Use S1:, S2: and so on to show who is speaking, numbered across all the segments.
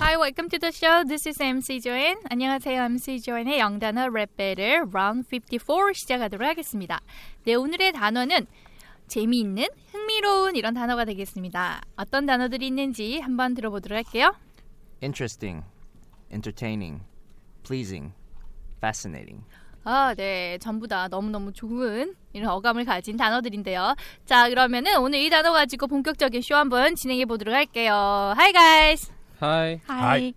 S1: Hi, welcome to the show. This is MC Joanne. 안녕하세요. MC Joanne의 영단어 랩벨을 라운드 54 시작하도록 하겠습니다. 네, 오늘의 단어는 재미있는, 흥미로운 이런 단어가 되겠습니다. 어떤 단어들이 있는지 한번 들어보도록 할게요.
S2: interesting, entertaining, pleasing, fascinating.
S1: 아, 네. 전부 다 너무너무 좋은 이런 어감을 가진 단어들인데요. 자, 그러면은 오늘 이 단어 가지고 본격적인 쇼 한번 진행해 보도록 할게요. Hi, guys.
S3: Hi.
S4: Hi.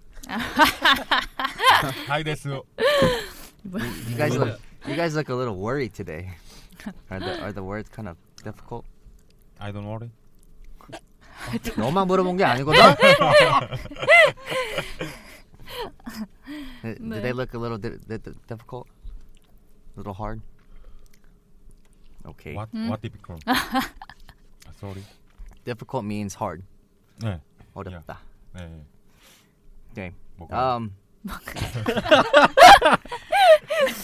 S4: Hi, this
S2: You guys look, you guys look a little worried today. Are the are the words kind of difficult?
S4: I don't worry.
S2: 너만 물어본 게 아니거든. Uh, Do they look a little di- di- di- difficult? A little hard? Okay.
S4: What
S5: 음.
S4: what difficult? 아, sorry.
S2: Difficult means hard.
S4: 네.
S2: 어렵다.
S4: 네. 네.
S2: Okay.
S4: 뭐가?
S2: Um.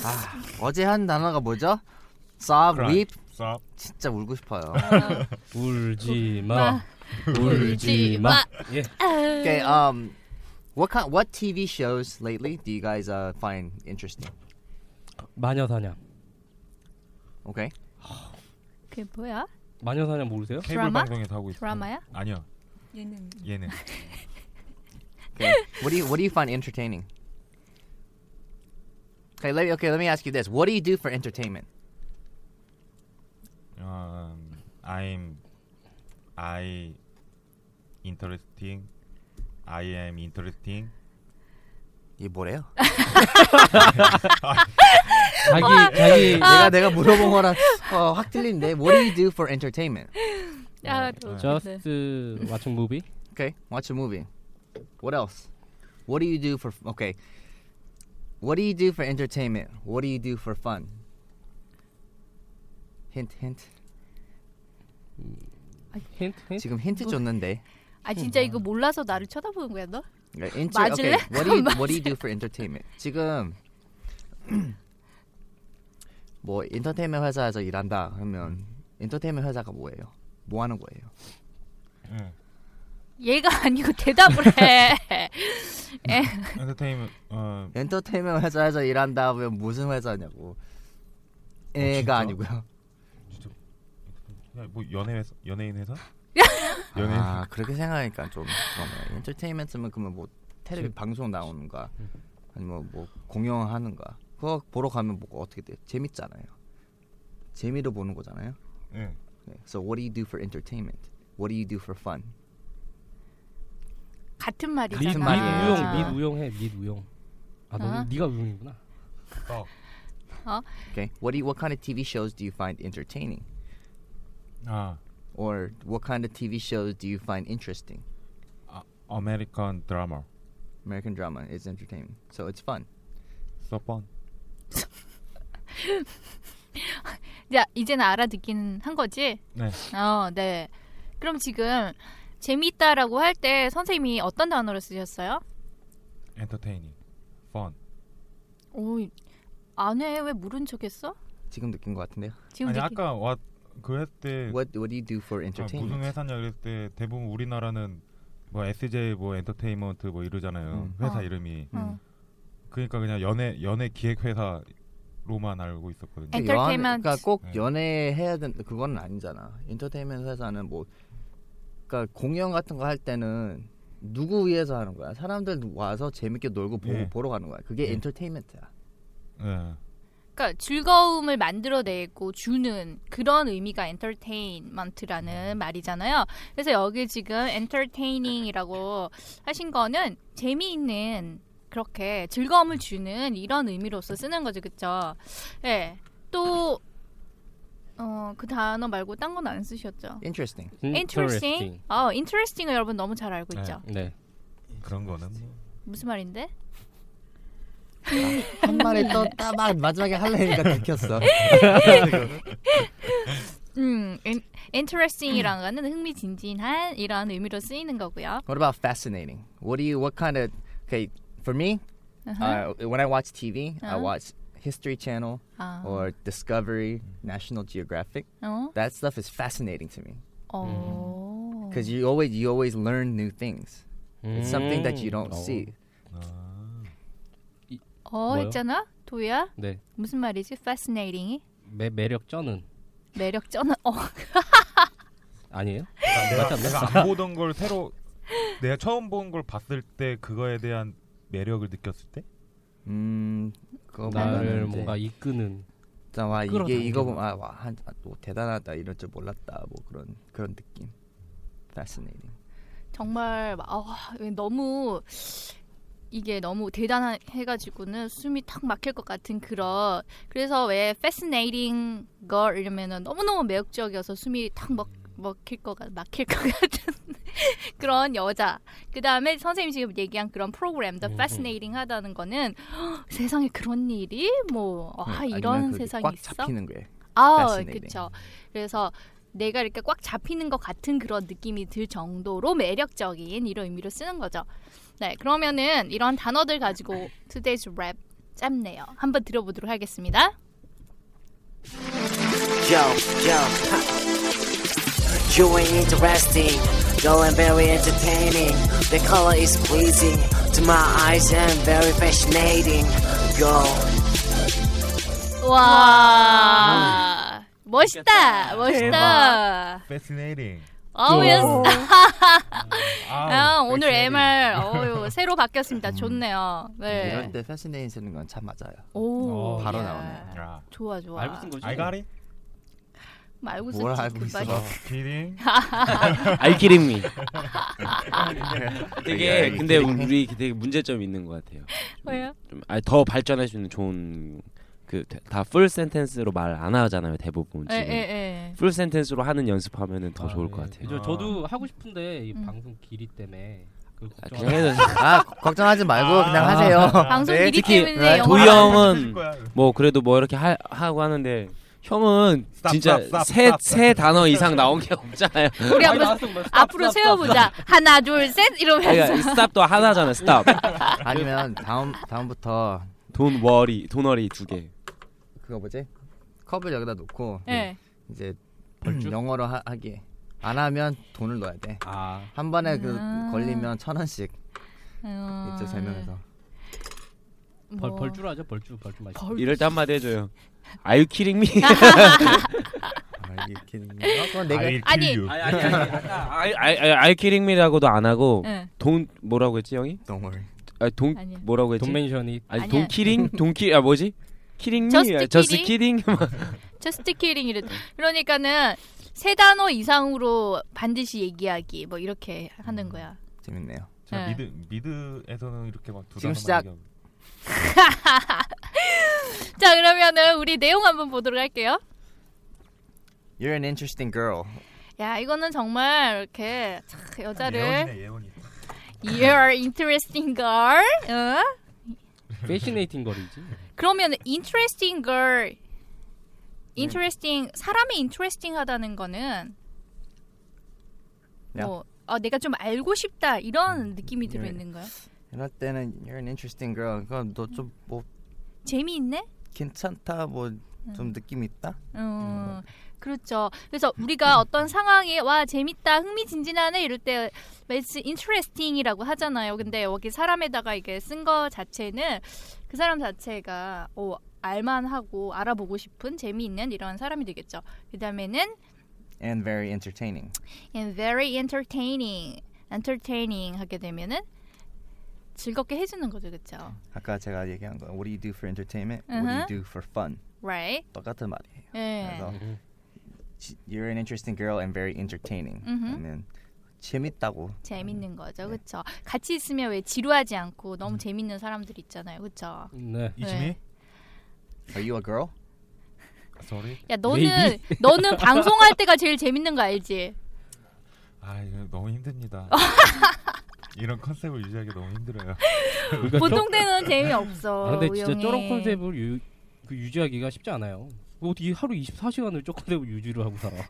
S2: 아, 어제 한 단어가 뭐죠? Sob,
S4: Cry.
S2: weep.
S4: Stop.
S2: 진짜 울고 싶어요.
S3: 울지
S1: 마.
S3: 마. 울지 마. 예.
S2: Okay. Um, what kind? What TV shows lately do you guys uh, find interesting?
S3: 마녀사냥.
S2: Okay.
S1: 그게 뭐야?
S3: 마녀사냥 모르세요?
S4: 케이블
S1: 드라마?
S4: 방송에서 하고 있어요.
S1: 드라마야?
S4: 아니요.
S6: 얘는
S4: 얘는
S2: Okay. what do you What do you find entertaining? Okay. Let me. Okay. Let me ask you this. What do you do for entertainment?
S4: um, I'm I interesting. I am interesting.
S2: 이 뭐래요?
S3: 자기 자기
S2: 내가 내가 물어본 거라 어, 확 틀린데. What do you do for entertainment?
S1: 아,
S4: 어,
S3: just watching movie.
S2: Okay. Watch a movie. What else? What do you do for? Okay. What do you do for entertainment? What do you do for fun? Hint, hint.
S3: 힌트 힌트.
S2: 지금 힌트
S1: 뭐?
S2: 줬는데.
S1: 아 진짜 이거 몰라서 나를 쳐다보는 거야 너?
S2: Right, inter-
S1: 맞을래?
S2: Okay, what do you What do you do for entertainment? 지금 뭐 인터테인먼트 회사에서 일한다 하면 인터테인먼트 회사가 뭐예요? 뭐 하는 거예요?
S4: 예.
S1: 얘가 아니고 대답을 해.
S4: entertainment. 어,
S2: 인터테인먼트 회사에서 일한다 하면 무슨 회사냐고? 애가
S1: 어,
S4: 진짜?
S2: 아니고요.
S4: 진짜 야, 뭐 연예 회사, 연예인 회사? 연예인.
S2: 아 그렇게 생각하니까 좀 그러네. 인터테인먼트면 그러면 뭐 텔레비 방송 나오는가 아니면 뭐 공연하는가 그거 보러 가면 뭐 어떻게 돼요? 재밌잖아요. 재미로 보는 거잖아요.
S4: 예.
S2: Okay, So what do you do for entertainment? What do you do for fun?
S1: 같은
S3: 미,
S1: 말이잖아.
S3: 미
S2: 말이에요,
S3: 우용
S2: 지금.
S3: 미 우용 해미 우용. 아
S1: 아.
S3: 너는 네가 우용이구나.
S4: 떡.
S2: Okay. What do you, what kind of TV shows do you find entertaining?
S4: 아,
S2: Or what kind of TV shows do you find interesting?
S4: American drama.
S2: American drama is entertaining, so it's fun.
S4: So fun.
S1: 야 이제는 알아듣긴 한 거지.
S4: 네.
S1: 어 네. 그럼 지금 재미있다라고 할 때 선생님이 어떤 단어를 쓰셨어요?
S4: entertaining. fun.
S1: 오안해왜 모른 척했어?
S2: 지금 느낀 것 같은데요.
S1: 지금
S4: 아니
S1: 되게-
S4: 아까 what 그때
S2: What what do you do for
S4: 네. 아, 무슨
S2: 뭐 entertainment?
S4: 회사냐 그랬을 때 대부분 우리나라는 뭐 SJ 뭐 엔터테인먼트 뭐 이러잖아요.
S2: 음.
S4: 회사
S1: 어.
S4: 이름이.
S1: 어.
S4: 그러니까 그냥 연예 연예 기획 회사로만 알고 있었거든요.
S1: 엔-
S2: 근데 연-
S1: entertainment.
S2: 그러니까 꼭
S4: 네.
S2: 연애 해야 된 그건 아니잖아. 인터테인먼트 회사는 뭐 그러니까 공연 같은 거 할 때는 누구 위해서 하는 거야? 사람들 와서 재밌게 놀고 보고
S4: 예.
S2: 보러 가는 거야. 그게
S4: 예.
S2: 엔터테인먼트야.
S4: 예.
S1: 그러니까 즐거움을 만들어내고 주는 그런 의미가 엔터테인먼트라는 말이잖아요. 그래서 여기 지금 엔터테이닝이라고 하신 거는 재미있는 그렇게 즐거움을 주는 이런 의미로서 쓰는 거죠, 그렇죠? 예. 또 어, 그 단어 말고 딴 건 안 쓰셨죠?
S2: Interesting.
S1: interesting. 어, interesting 여러분 너무 잘 알고 있죠.
S3: 네.
S4: 그런 거는 뭐.
S1: 무슨 말인데?
S2: 한 마리 떴다 막 마지막에 할래니까 들켰어.
S1: 음, in- interesting이라는 거는 흥미진진한 이런 의미로 쓰이는 거고요.
S2: What about fascinating? What do you? What kind of? Okay, for me, uh when I watch TV, I
S1: Uh-huh.
S2: watch History Channel
S1: 아,
S2: or Discovery, National Geographic.
S1: 어?
S2: That stuff is fascinating to me
S1: 어.
S2: because you always you always learn new things. It's something that you don't
S3: 음.
S2: see.
S4: 아.
S1: 어
S3: 뭐요?
S1: 했잖아? 도야?
S3: 네.
S1: 무슨 말이지? fascinating이?
S3: 매, 매력 쩌는
S1: 매력 쩌는 어.
S3: 아니에요?
S2: 네.
S4: 내가, 내가 안 보던 걸 새로 내가 처음 본 걸 봤을 때 그거에 대한 매력을 느꼈을 때
S2: 음,
S3: 나를
S2: 그거보다는 이제
S3: 뭔가 이끄는
S2: 일단 와 이게
S3: 끌어당기는
S2: 이거 보면 아와한 아, 뭐 대단하다 이럴 줄 몰랐다 뭐 그런 그런 느낌. Fascinating.
S1: 정말 막, 어, 왜 너무 이게 너무 대단해가지고는 숨이 탁 막힐 것 같은 그런 그래서 왜 fascinating girl 이러면은 너무너무 매력적이어서 숨이 탁 먹, 먹힐 것 같, 막힐 것 같은 그런 여자 그 다음에 선생님이 지금 얘기한 그런 프로그램 the
S3: 음, 음.
S1: fascinating 하다는 거는 헉, 세상에 그런 일이 뭐 아,
S2: 음, 아니면
S1: 이런
S2: 그게
S1: 세상이
S2: 꽉
S1: 있어
S2: 잡히는 거예요.
S1: 아,
S2: fascinating.
S1: 그렇죠. 그래서 내가 이렇게 꽉 잡히는 것 같은 그런 느낌이 들 정도로 매력적인 이런 의미로 쓰는 거죠. 네, 그러면은 이런 단어들 가지고 today's rap 짧네요. 한번 들어보도록 하겠습니다.
S6: Yo, yo, ha. you ain't interesting. Yo, I'm very entertaining. The color is pleasing to my eyes and very fascinating. Yo.
S1: 와, 멋있다, 멋있다.
S4: fascinating
S1: 어우,
S4: 아,
S1: 아, 오늘
S4: fascinating.
S1: MR 어유 새로 바뀌었습니다. 좋네요.
S2: 음. 이럴
S1: 네.
S2: 때 fascinating 쓰는 건 참 맞아요.
S1: 오,
S3: 어,
S2: 바로
S1: 야.
S2: 나오네.
S4: 야,
S1: 좋아, 좋아.
S3: 알고 쓴 거지.
S4: I got it
S1: 말고
S2: 뭘
S1: 쓰지,
S2: 알고
S1: 그
S2: 있어.
S1: 말이.
S4: kidding
S1: 아.
S7: 알기름이 되게 근데
S8: 음,
S7: 우리 되게 문제점이 있는 것 같아요. 아,
S1: 왜요?
S7: 좀더 발전할 수 있는 좋은 그 다 풀 센텐스로 말 안 하잖아요 대부분
S1: 예,
S7: 지금
S1: 예, 예.
S7: 풀 센텐스로 하는 연습하면은 더
S3: 아,
S7: 좋을
S3: 예.
S7: 것 같아요.
S3: 저, 저도 하고 싶은데 이
S1: 음.
S3: 방송 길이 때문에 그걸
S7: 아,
S3: 걱정.
S7: 그냥 해도
S2: 아 걱정하지 말고 그냥 하세요.
S1: 방송
S2: 네,
S1: 길이
S7: 아, 특히
S1: 때문에 영어
S7: 도희 형은
S4: 거야.
S7: 뭐 그래도 뭐 이렇게 하, 하고 하는데 형은
S4: 쌉,
S7: 진짜
S4: 쌉, 쌉,
S7: 세,
S8: 아,
S4: 쌉.
S7: 세 단어 이상 나온 게 없잖아요.
S1: 우리 한번 앞으로 세워보자. 하나, 둘, 셋 이러면서.
S7: 그러니까 이 스탑도 하나잖아요. 스탑.
S2: 아니면 다음 다음부터
S7: 돈 워리, 도너리 두 개.
S2: 그거 뭐지? 컵을 여기다 놓고
S1: 예.
S2: 이제 영어로 하, 하게 안 하면 돈을 넣어야 돼.
S3: 아,
S2: 한 번에 그
S1: 아.
S2: 걸리면 천 원씩
S1: 어,
S2: 이쪽 세 명에서.
S3: 벌
S1: 뭐,
S3: 벌주라죠. 벌주 벌주 맛있.
S1: 벌-
S7: 이럴 때 한마디 해줘요. Are you kidding me?
S2: 아 이렇게 그건 내가
S4: I will
S1: 아니.
S4: kill you.
S7: 아니 아니 아니. Are you kidding me라고도 안 하고
S1: 예.
S7: 돈 뭐라고 했지 형이?
S2: Don't worry.
S7: 아니 돈
S1: 아니야.
S7: 뭐라고 했지?
S3: 돈맨션이
S7: 아니
S1: 아니야.
S7: 돈 키링? 돈 키.. 아 뭐지? 아, 키링 미?
S1: Just
S7: 저스 키딩?
S1: just kidding 이랬. 그러니까는 세 단어 이상으로 반드시 얘기하기 뭐 이렇게 하는 거야.
S2: 재밌네요.
S4: 자,
S1: 예.
S4: 미드 미드에서는 이렇게 막두
S2: 지금 시작.
S1: 자 그러면은 우리 내용 한번 보도록 할게요.
S2: You're an interesting girl.
S1: 야 이거는 정말 이렇게 참 여자를
S4: 예원이네 예원이
S1: you're interesting girl. 응?
S3: 패시네이팅 거리지.
S1: 그러면 interesting girl, interesting 사람이 interesting하다는 거는
S2: 야.
S1: 뭐 어, 내가 좀 알고 싶다 이런 느낌이 들어
S2: 네.
S1: 있는 거야.
S2: 이럴 때는 you're an interesting girl. 그건 너좀 뭐
S1: 재미있네.
S2: 괜찮다 뭐 좀 느낌 있다.
S1: 음, 그렇죠. 그래서 우리가 어떤 상황에 와 재밌다, 흥미진진하네 이럴 때 it's interesting이라고 하잖아요. 근데 여기 사람에다가 이게 쓴 거 자체는 그 사람 자체가 오, 알만하고 알아보고 싶은 재미있는 이런 사람이 되겠죠. 그 다음에는
S2: And very entertaining.
S1: and very entertaining. entertaining 하게 되면은 즐겁게 해주는 거죠, 그렇죠?
S2: 아까 제가 얘기한 거 What do you do for entertainment?
S1: Uh-huh.
S2: What do you do for fun?
S1: Right?
S2: 똑같은 말이에요.
S3: 네.
S1: 예.
S2: 그래서 she- You're an interesting girl and very entertaining.
S1: 음흠.
S2: 그러면 재밌다고.
S3: 음.
S1: 재밌는 거죠,
S3: 네.
S1: 그렇죠? 같이 있으면 왜 지루하지 않고 너무 재밌는 사람들 있잖아요, 그렇죠?
S3: 네.
S4: 이지미? 아,
S2: Are you a girl?
S4: Sorry.
S1: 야, 너는 너는 방송할 때가 제일 재밌는 거 알지?
S4: 아 이거 너무 힘듭니다. 이런 컨셉을 유지하기 너무 힘들어요.
S3: 그러니까
S1: 보통
S3: 저-
S1: 때는 재미 없어.
S3: 아, 근데 진짜
S1: 우영이.
S3: 저런 컨셉을 유, 그 유지하기가 쉽지 않아요. 뭐 어떻게 하루 24시간을 저 컨셉을 유지를 하고 살아?
S1: 야,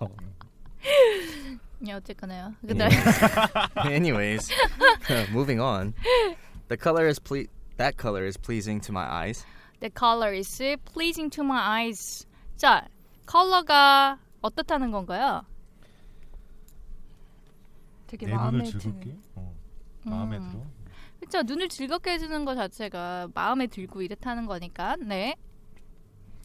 S1: 어쨌거나요.
S3: 네.
S1: 근데
S2: Anyways, moving on. The color is ple- that color is pleasing to my eyes.
S1: The color is pleasing to my eyes. 자, 컬러가 어떻다는 건가요?
S9: 되게
S4: 내
S9: 마음에
S4: 눈을
S9: 드는
S4: 즐겁게. 어. 마음에
S1: 음.
S4: 들어.
S1: 그쵸, 눈을 즐겁게 해주는 것 자체가 마음에 들고 이렇다는 거니까, 네.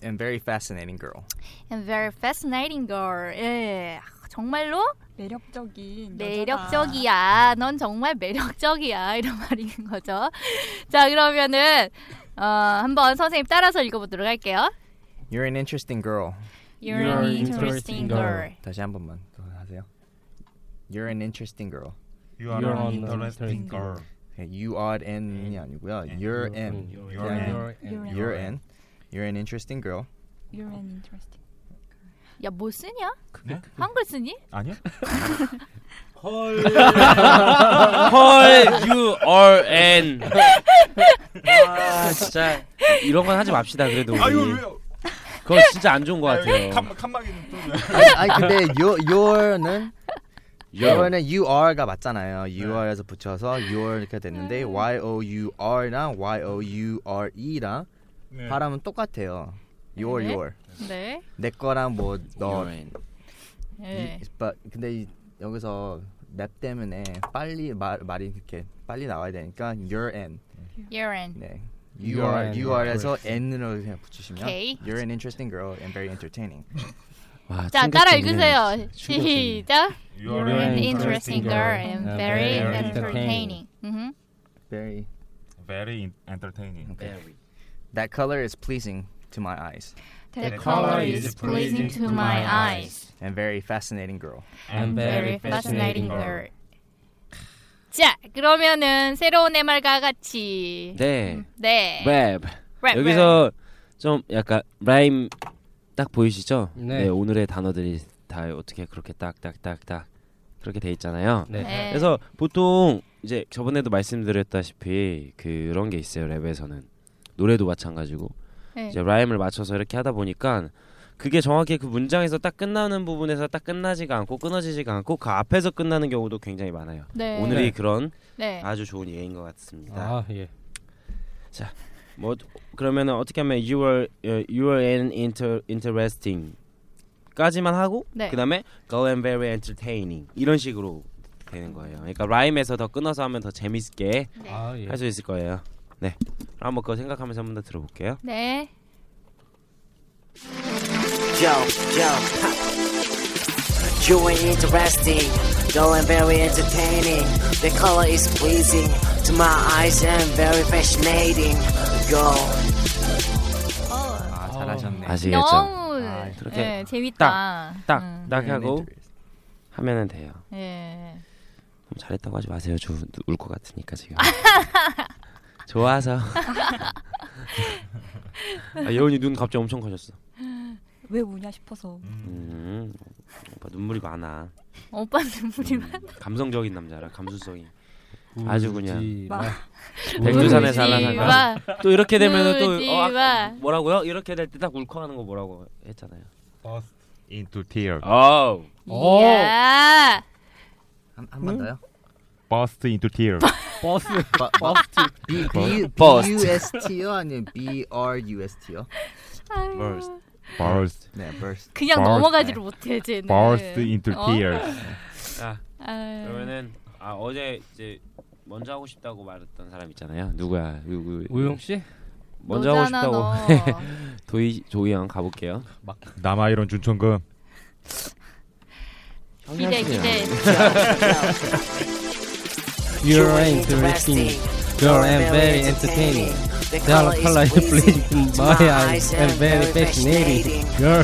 S2: And very fascinating girl.
S1: And very fascinating girl. 예, 아, 정말로
S9: 매력적인 여자다.
S1: 매력적이야. 넌 정말 매력적이야. 이런 말인 거죠. 자, 그러면은 어, 한번 선생님 따라서 읽어보도록 할게요.
S2: You're an interesting girl.
S1: You're,
S3: You're
S1: an
S3: an
S1: interesting
S3: interesting
S1: girl.
S2: 다시 한 번만 더 하세요. You're an interesting girl.
S4: You
S3: are
S4: are
S3: an
S4: an interesting
S3: interesting
S4: girl.
S2: 네, You are n이 아니고요. You're
S3: 음.
S2: an.
S4: You're
S2: an.
S9: You're an.
S2: You're an. You're an interesting girl.
S9: You're an interesting.
S1: 야, 뭐 쓰냐?
S4: 네?
S1: 한글 쓰니?
S4: 아니야?
S7: 헐. 헐. You are an. 아 진짜 이런 건 하지 맙시다. 그래도 우리.
S4: 왜요?
S7: 그거 진짜 안 좋은 것 같아요.
S4: 칸막이는 또.
S2: 아니, 아니 근데 you, you're는
S7: You're.
S2: youre는 you are가 맞잖아요. You are에서 붙여서 you're 이렇게 됐는데 y o u r랑 y o u r e랑
S4: 네.
S2: 발음은 똑같아요. Your
S1: 네.
S2: your
S1: 네.
S2: 내 거랑
S7: You're
S2: 뭐너
S7: an.
S1: 예.
S2: 근데 이, 여기서 랩 때문에 빨리 말 말이 이렇게 빨리 나와야 되니까 you're an
S1: You're an.
S2: 네.
S3: You
S2: You
S3: are
S2: are
S3: an
S2: you are에서 n으로 그냥 붙이시면
S1: Okay.
S2: you're an interesting girl and very entertaining.
S7: 와,
S1: 자, 따라
S7: 충격적이네.
S1: 읽으세요.
S7: 충격적이네.
S1: 시작.
S4: You're
S1: You're an
S3: an
S1: interesting girl and
S7: 아,
S1: very
S4: very
S1: entertaining. 음.
S2: Very
S4: Very entertaining.
S2: That color is pleasing to my eyes
S9: The
S1: color is pleasing to my eyes.
S2: and very fascinating girl.
S4: And
S1: Very fascinating girl. 자, 그러면은 새로운 해말과 같이
S5: 음.
S7: 네.
S1: 네.
S7: 랩.
S1: 랩,
S7: 여기서 좀 약간 라임 딱 보이시죠?
S3: 네.
S7: 네. 오늘의 단어들이 다 어떻게 그렇게 딱딱딱딱 그렇게 돼 있잖아요.
S3: 네.
S1: 네.
S7: 그래서 보통 이제 저번에도 말씀드렸다시피 그런 게 있어요 랩에서는 노래도 마찬가지고
S1: 네.
S7: 이제 라임을 맞춰서 이렇게 하다 보니까 그게 정확히 그 문장에서 딱 끝나는 부분에서 딱 끝나지가 않고 끊어지지가 않고 그 앞에서 끝나는 경우도 굉장히 많아요.
S1: 네.
S7: 오늘이
S3: 네.
S7: 그런
S1: 네.
S7: 아주 좋은 예인 것 같습니다.
S3: 아 예.
S7: 뭐 그러면 어떻게 하면 you were uh, you were an inter interesting 까지만 하고
S1: 네.
S7: 그다음에 go and very entertaining 이런 식으로 되는 거예요. 그러니까 라임에서 더 끊어서 하면 더 재밌게
S1: 네.
S3: 아 예.
S7: 할 수 있을 거예요. 네. 그럼 한번 그거 생각하면서 한 번 더 들어볼게요.
S1: 네.
S6: Yo, yo. You ain't interesting, though and very entertaining. The color is pleasing to my eyes and very fascinating. Go.
S1: 어.
S2: 아 잘하셨네.
S7: 아시겠죠?
S1: 너무
S2: 아,
S7: 그렇게
S1: 네, 재밌다.
S7: 딱
S1: 음.
S7: 딱 하고 하면은 돼요.
S1: 예.
S7: 그럼 잘했다고 하지 마세요. 저울것 같으니까 지금. 좋아서. 아, 예원이 눈 갑자기 엄청 커졌어.
S9: 왜 우냐 싶어서
S7: 음, 오빠 눈물이 많아.
S1: 오빠 눈물이
S7: 음.
S1: 막
S7: 감성적인 남자라 감수성이 아주 그냥.
S3: 네.
S7: 백두산에
S1: 울지
S7: 살라산가
S1: 마.
S7: 또 이렇게 되면은 또
S1: 울지
S7: 어,
S1: 마.
S7: 아, 뭐라고요? 이렇게 될 때 딱 울컥하는 거 뭐라고 했잖아요.
S4: Burst into tears.
S7: 어.
S3: 오.
S1: 이야.
S2: 한한번 더요.
S4: Burst into tears.
S3: 버스.
S2: 버- 버- B B
S7: Burst.
S2: U S T요 아니면 B R U S T요?
S1: 아유.
S7: Burst.
S4: Burst.
S2: 네, burst.
S1: 그냥
S4: Burst.
S1: 넘어가지를 못해 쟤는.
S4: Burst into
S1: 네. 어?
S4: tears.
S7: 아,
S1: 아유.
S7: 그러면은 아 어제 이제 먼저 하고 싶다고 말했던 사람 있잖아요. 누구야? 누구?
S3: 우영 씨?
S7: 먼저 하고
S1: 너잖아,
S7: 싶다고.
S1: 너.
S7: 도희 조이 형 가볼게요.
S4: 남아 이런 준천금.
S1: 기대 기대.
S3: You're interesting. Girl, I'm very entertaining.
S6: The
S3: Girl, color is pleasing to my eyes. I'm very fascinating. Girl.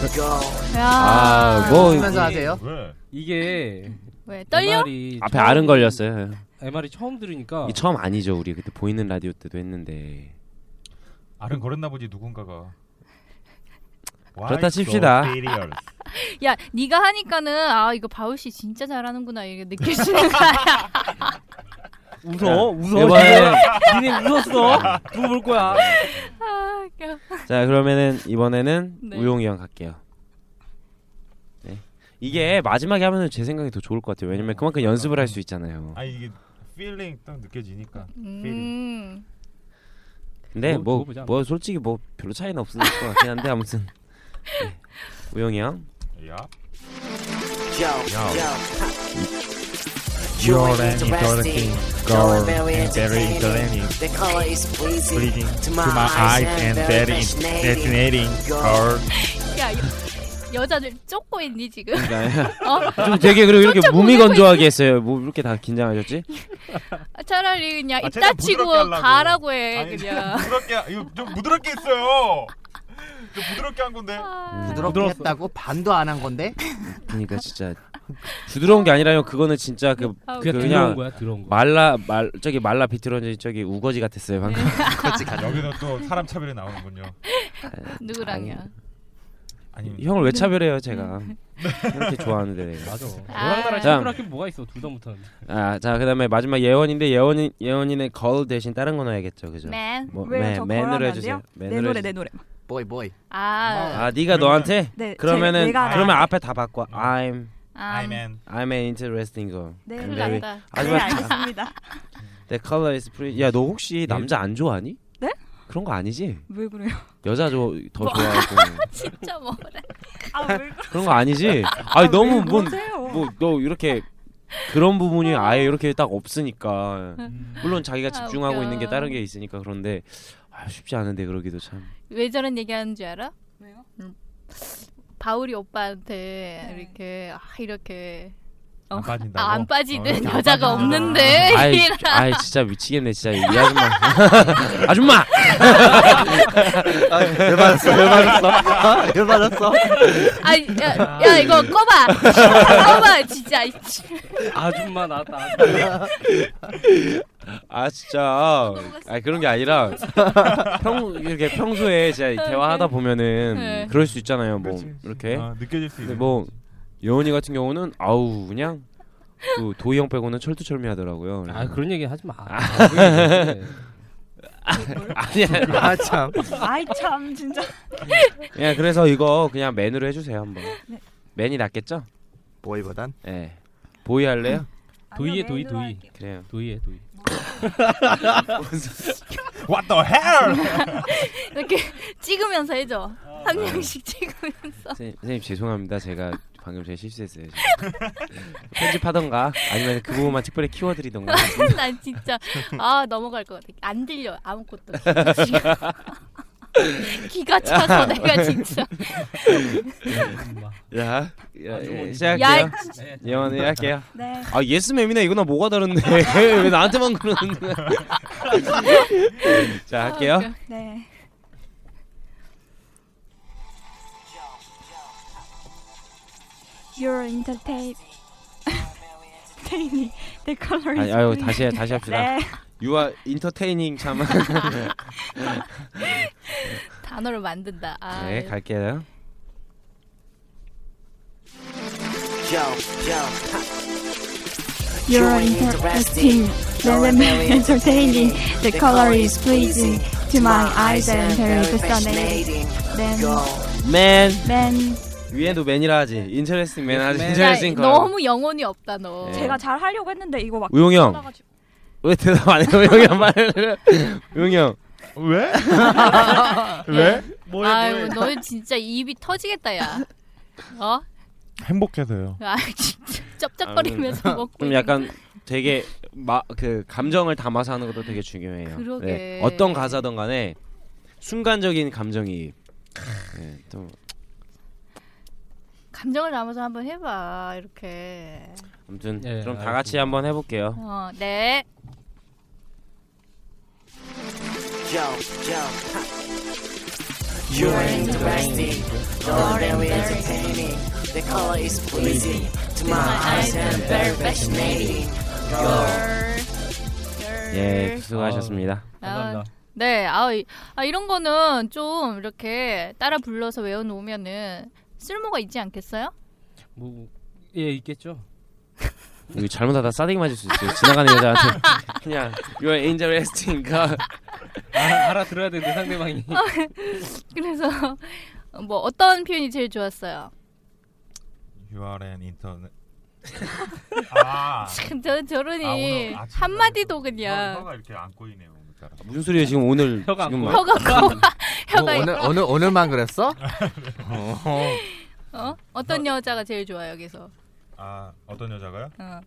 S7: 아, 뭐
S4: 예.
S2: 하면서 하세요.
S4: 왜?
S3: 이게
S1: 왜 떨려?
S3: MR이
S7: 앞에 아른 걸렸어요.
S3: MR이 처음 들으니까
S7: 이 처음 아니죠 우리 그때 보이는 라디오 때도 했는데
S4: 아른 걸었나 보지 누군가가.
S7: 그렇다 칩시다.
S1: 야, 네가 하니까는 아 이거 바울 씨 진짜 잘하는구나 이게 느껴지는 거야.
S7: 아.
S3: 웃어
S7: 네,
S3: 웃어
S7: 이번에
S3: 니네 웃었어 누구 볼 거야
S1: 아, 웃겨.
S7: 자 그러면은 이번에는
S1: 네.
S7: 우용이 형 갈게요. 네. 이게 마지막에 하면은 제 생각이 더 좋을 것 같아요. 왜냐면 그만큼 연습을 할 수 있잖아요.
S4: 아 이게 feeling 딱 느껴지니까.
S1: 음.
S7: 근데
S3: 그거-
S7: 뭐 뭐
S3: 그거 보자.
S7: 솔직히 뭐 별로 차이는 없을 것 같긴 한데 아무튼 네. 우용이 형
S4: 야.
S6: You're interesting. Girl, I'm very entertaining. The color is pleasing to my eyes and very fascinating. Girl.
S1: 야, 여- 여자들 쫓고 있니 지금?
S7: 그러니까
S1: 어?
S3: 아,
S7: 좀 되게 그리고 이렇게
S1: 쫓아보내고
S7: 무미건조하게 했어요. 뭐 이렇게 다 긴장하셨지?
S1: 차라리 그냥
S4: 아,
S1: 입
S4: 최대한
S1: 다치고
S4: 부드럽게 하려고.
S1: 가라고 해
S4: 아니,
S1: 네, 그냥.
S4: 부드럽게 하- 이거 좀 부드럽게 했어요. 좀 부드럽게 한 건데.
S2: 부드럽게
S3: 부드러웠어.
S2: 했다고 반도 안 한 건데
S7: 그러니까 진짜 부드러운 게 아니라요. 그거는 진짜 그
S1: 아,
S7: 그-
S3: 그냥
S7: 그냥-
S3: 들어온 거야 들어온 거
S7: 말라 말 저기 말라 비틀어진 저기 우거지 같았어요 방금.
S4: 여기서 또 사람 차별이 나오는군요.
S1: 누구랑이야?
S4: 아니
S7: 형을 왜 차별해요 제가 이렇게 좋아하는데 내가.
S3: 맞아
S1: 아.
S3: 너랑 나랑
S7: 네. 자.
S3: 친구랑 게 뭐가 있어 둘 다 못하는데
S7: 아자 그다음에 마지막 예원인데 예원인 예원이는 걸 대신 다른 거 넣어야겠죠
S9: 네,
S7: 그죠?
S1: 맨.
S7: 뭐,
S9: 왜요? 저 걸하면 안 돼요?
S7: 맨으로 해주세요. 네.
S9: 노래.
S2: 보이 보이
S1: 아,
S7: 아 네가 너한테
S9: 네.
S7: 그러면은 아,
S9: 제가 아,
S7: 그러면 앞에 다 바꿔. I'm
S1: 아,
S4: I'm an
S7: I'm an interesting girl.
S9: 네.
S7: I'm
S1: 큰일
S7: very-
S1: 났다.
S7: 하지만 아,
S9: 알겠습니다.
S7: The color is pretty. 야너 혹시 남자 안 좋아하니?
S9: 네?
S7: 그런 거 아니지?
S9: 왜 그래요?
S7: 여자 저, 더
S1: 뭐.
S7: 좋아하고
S1: 진짜 뭐래?
S9: 아왜 그래요?
S7: 그런 거 아니지? 아니 너무 뭔
S9: 뭐
S7: 뭐 너 이렇게 그런 부분이 아예 이렇게 딱 없으니까 물론 자기가
S1: 아,
S7: 집중하고
S1: 웃겨.
S7: 있는 게 다른 게 있으니까 그런데 아, 쉽지 않은데 그러기도 참
S1: 왜 저런 얘기하는 줄 알아? 음.
S9: 왜요?
S1: 바울이 오빠한테
S9: 네.
S1: 이렇게 아, 이렇게
S4: 안 빠진다고.
S1: 아, 안 빠지는
S4: 어,
S1: 여자가
S4: 안 빠지는
S1: 없는데
S7: 아이 아이 진짜 미치겠네 진짜 이 아줌마 아줌마
S2: 아, 열받았어 아, 열받았어 열받았어
S1: 아, 야, 야 이거 꺼봐 꺼봐 진짜 이 치-
S3: 아줌마 나왔다 아줌마.
S7: 아 진짜 아 그런 게 아니라 평 이렇게 평소에 진짜 대화하다 보면은
S1: 네.
S7: 그럴 수 있잖아요 뭐
S4: 그렇지, 그렇지.
S7: 이렇게
S4: 아, 느껴질 수
S7: 근데
S4: 있는.
S7: 뭐 여운이 같은 경우는 아우 그냥 그 도희 형 빼고는 철두철미하더라고요
S3: 아 그런 얘기 하지 마
S7: 아니야
S2: 아참
S9: 아이 참 진짜.
S7: 예, 그래서 이거 그냥 맨으로 해주세요 한번. 맨이 낫겠죠?
S2: 뭐 보이보단
S7: 예. 보이 할래요?
S3: 도희의 도희 도희
S7: 그래요.
S3: 도희의 도희
S4: What the hell?
S1: 이렇게 찍으면서 해줘
S7: 아.
S1: 한 명씩 찍으면서
S7: 선생님, 선생님 죄송합니다. 제가 방금 제 실수했어요. 편집하던가 아니면 그 부분만 특별히 키워드리던가.
S1: 난 진짜 아 넘어갈 것 같아 안 들려 아무것도 지금. 기가 차서 내가 진짜
S7: 야, 야, 예, 시작할게요.
S1: 야
S7: 예원이 할게요.
S9: 네.
S7: 아 예스맨이나 이거나 뭐가 다른데 왜 나한테만 그러는데? 자 할게요.
S9: 네. You're entertaining. The color is
S7: 아니, 아유
S9: green.
S7: 다시 해, 다시 합시다.
S9: 네.
S7: 유아 인터테이닝 참.
S1: 단어를 만든다 아,
S7: 네 갈게요.
S6: Yo, yo.
S9: You're interesting. Let me entertaining. The color is pleasing to my eyes and very fascinating. Then,
S6: Girl.
S7: 맨
S9: then
S7: 위에도 맨이라 하지. 인터레스팅 맨 하지.
S3: 맨.
S1: 야,
S7: 인터레스팅 걸.
S1: 너무 영혼이 없다 너
S7: 네.
S9: 제가 잘 하려고 했는데 이거 막
S7: 우용이 형.
S9: 올라가지고.
S7: 왜 대답 안 해요? 우용이 형 말을. 우용이 형.
S4: 왜?
S1: 아유 너 진짜 입이 터지겠다 야 어?
S4: 행복해서요.
S1: 아 진짜 쩝쩝거리면서 먹고
S7: 좀
S1: 있는
S7: 약간 되게 마 그 감정을 담아서 하는 것도 되게 중요해요.
S1: 그러게.
S7: 네. 어떤 가사든 간에 순간적인 감정이 네, 또
S1: 감정을 담아서 한번 해봐 이렇게 어,
S7: 아무튼
S3: 예,
S7: 그럼 다
S3: 알겠습니다.
S7: 같이 한번 해볼게요.
S1: 어네
S6: yo, yo. ha. You are interesting, you're very entertaining. The color is pleasing to my eyes and very fascinating.
S7: 예, 수고하셨습니다.
S1: 아, 네, 아, 이- 아, 이런 거는 좀 이렇게 따라 불러서 외워놓으면은 쓸모가 있지 않겠어요?
S3: 뭐예 있겠죠.
S7: 이거 잘못하다 싸대기 맞을 수 있어요. 지나가는 여자한테 그냥 you are interesting가
S3: 아, 알아, 알아들어야 되는데 상대방이
S1: 그래서 뭐 어떤 표현이 제일 좋았어요?
S4: You are an internet. 아,
S1: 저
S4: 아,
S1: 저러니
S4: 오늘
S1: 네.
S4: 아침에
S1: 한마디도
S4: 혀-
S1: 그냥
S4: 혀가 이렇게 안 꼬이네요 오늘 따라.
S7: 무슨 소리예요 지금 오늘
S3: 혀가 안
S7: 지금
S3: 보여.
S7: 막
S1: 혀가 커 혀가
S2: 오늘
S1: 있고.
S2: 오늘 오늘만 그랬어? 어.
S1: 어? 어떤 여자가 제일 좋아 여기서?
S4: 아 어떤 여자가요?
S1: 어.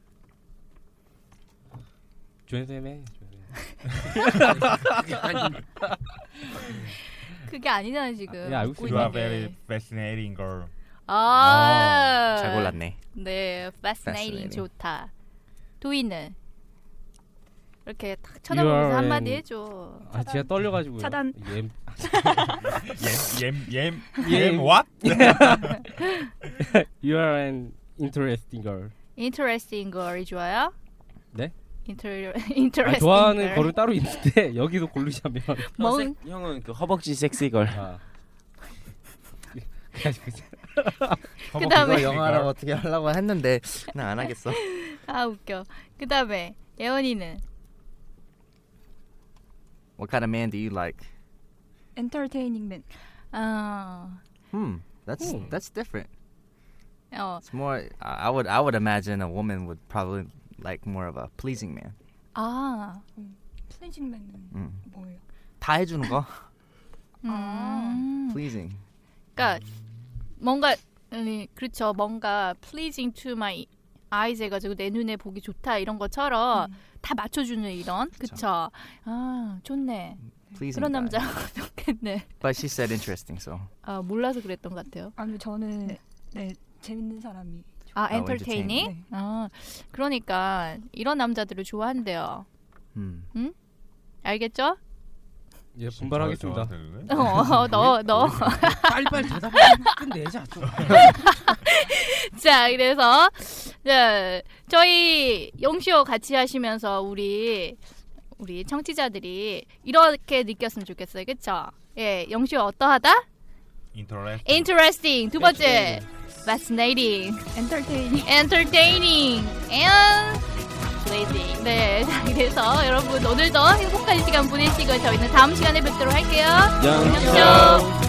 S3: 조연쌤의
S1: 그게 아니잖아 지금.
S3: 예, 알고
S1: 웃고
S4: You are
S1: 있는
S4: very
S1: 게.
S4: fascinating girl.
S1: 아,
S2: 어, 잘 골랐네.
S1: 네, fascinating
S2: Fascinating.
S1: 좋다. 도희는 이렇게 탁
S3: You
S1: 쳐다보면서
S3: are
S1: 한마디
S3: an-
S1: 해줘.
S3: 아 제가 떨려가지고요.
S9: 차단.
S3: 예,
S4: 예, 옘옘옘옘 what?
S3: You are an interesting girl.
S1: Interesting girl이 좋아요?
S3: 네?
S1: Inter
S3: 아,
S1: interesting.
S3: 좋아하는
S1: girl.
S3: 거를 아, 따로 있는데 여기도 고르자면
S7: 형
S1: 멍.
S7: 섹- 형은 그 허벅지 섹시걸
S3: 아. 그냥
S1: 그다음에-
S2: 이거 영화라고 어떻게 하려고 했는데 난 안 하겠어.
S1: 아 웃겨. 그다음에 예원이는
S2: What kind of man do you like?
S9: entertaining man.
S1: 아
S2: Hmm, that's
S3: Hmm.
S2: that's different.
S1: 어.
S2: It's more. I I would I would imagine a woman would probably like more of a pleasing man.
S1: 아.
S9: pleasing man은
S2: 음.
S9: 뭐예요?
S2: 다 해주는 거.
S1: 음.
S2: pleasing.
S1: 그러니까 뭔가 아니, 그렇죠. 뭔가 pleasing to my eyes 해가지고 내 눈에 보기 좋다 이런 것처럼
S3: 음.
S1: 다 맞춰주는 이런 그쵸. 아 좋네.
S2: Pleasing.
S1: 그런
S2: guy.
S1: 남자 좋겠네.
S2: But she said interesting, so.
S1: 아 몰라서 그랬던 것 같아요.
S9: 아니요 저는 네, 재밌는 사람이
S1: 아
S2: 아,
S1: entertaining.
S9: entertaining.
S1: 아 그러니까 이런 남자들을 좋아한대요.
S2: Hmm.
S1: 알겠죠?
S3: 예, 분발하겠습니다.
S1: 어너너
S3: 뭐,
S1: 너.
S3: 빨리빨리 대답을 끝내자. 좀.
S1: 자, 그래서 자, 저희 용쇼 같이 하시면서 우리 우리 청취자들이 이렇게 느꼈으면 좋겠어요. 그쵸? 예, 용쇼 어떠하다?
S4: 인터넷.
S1: Interesting. 두 번째. Fascinating.
S9: entertaining.
S1: Entertaining. And pleasing. 네, 자, 그래서 여러분 오늘도 행복한 시간 보내시고 저희는 다음 시간에 뵙도록 할게요.
S7: 양
S1: 용쇼.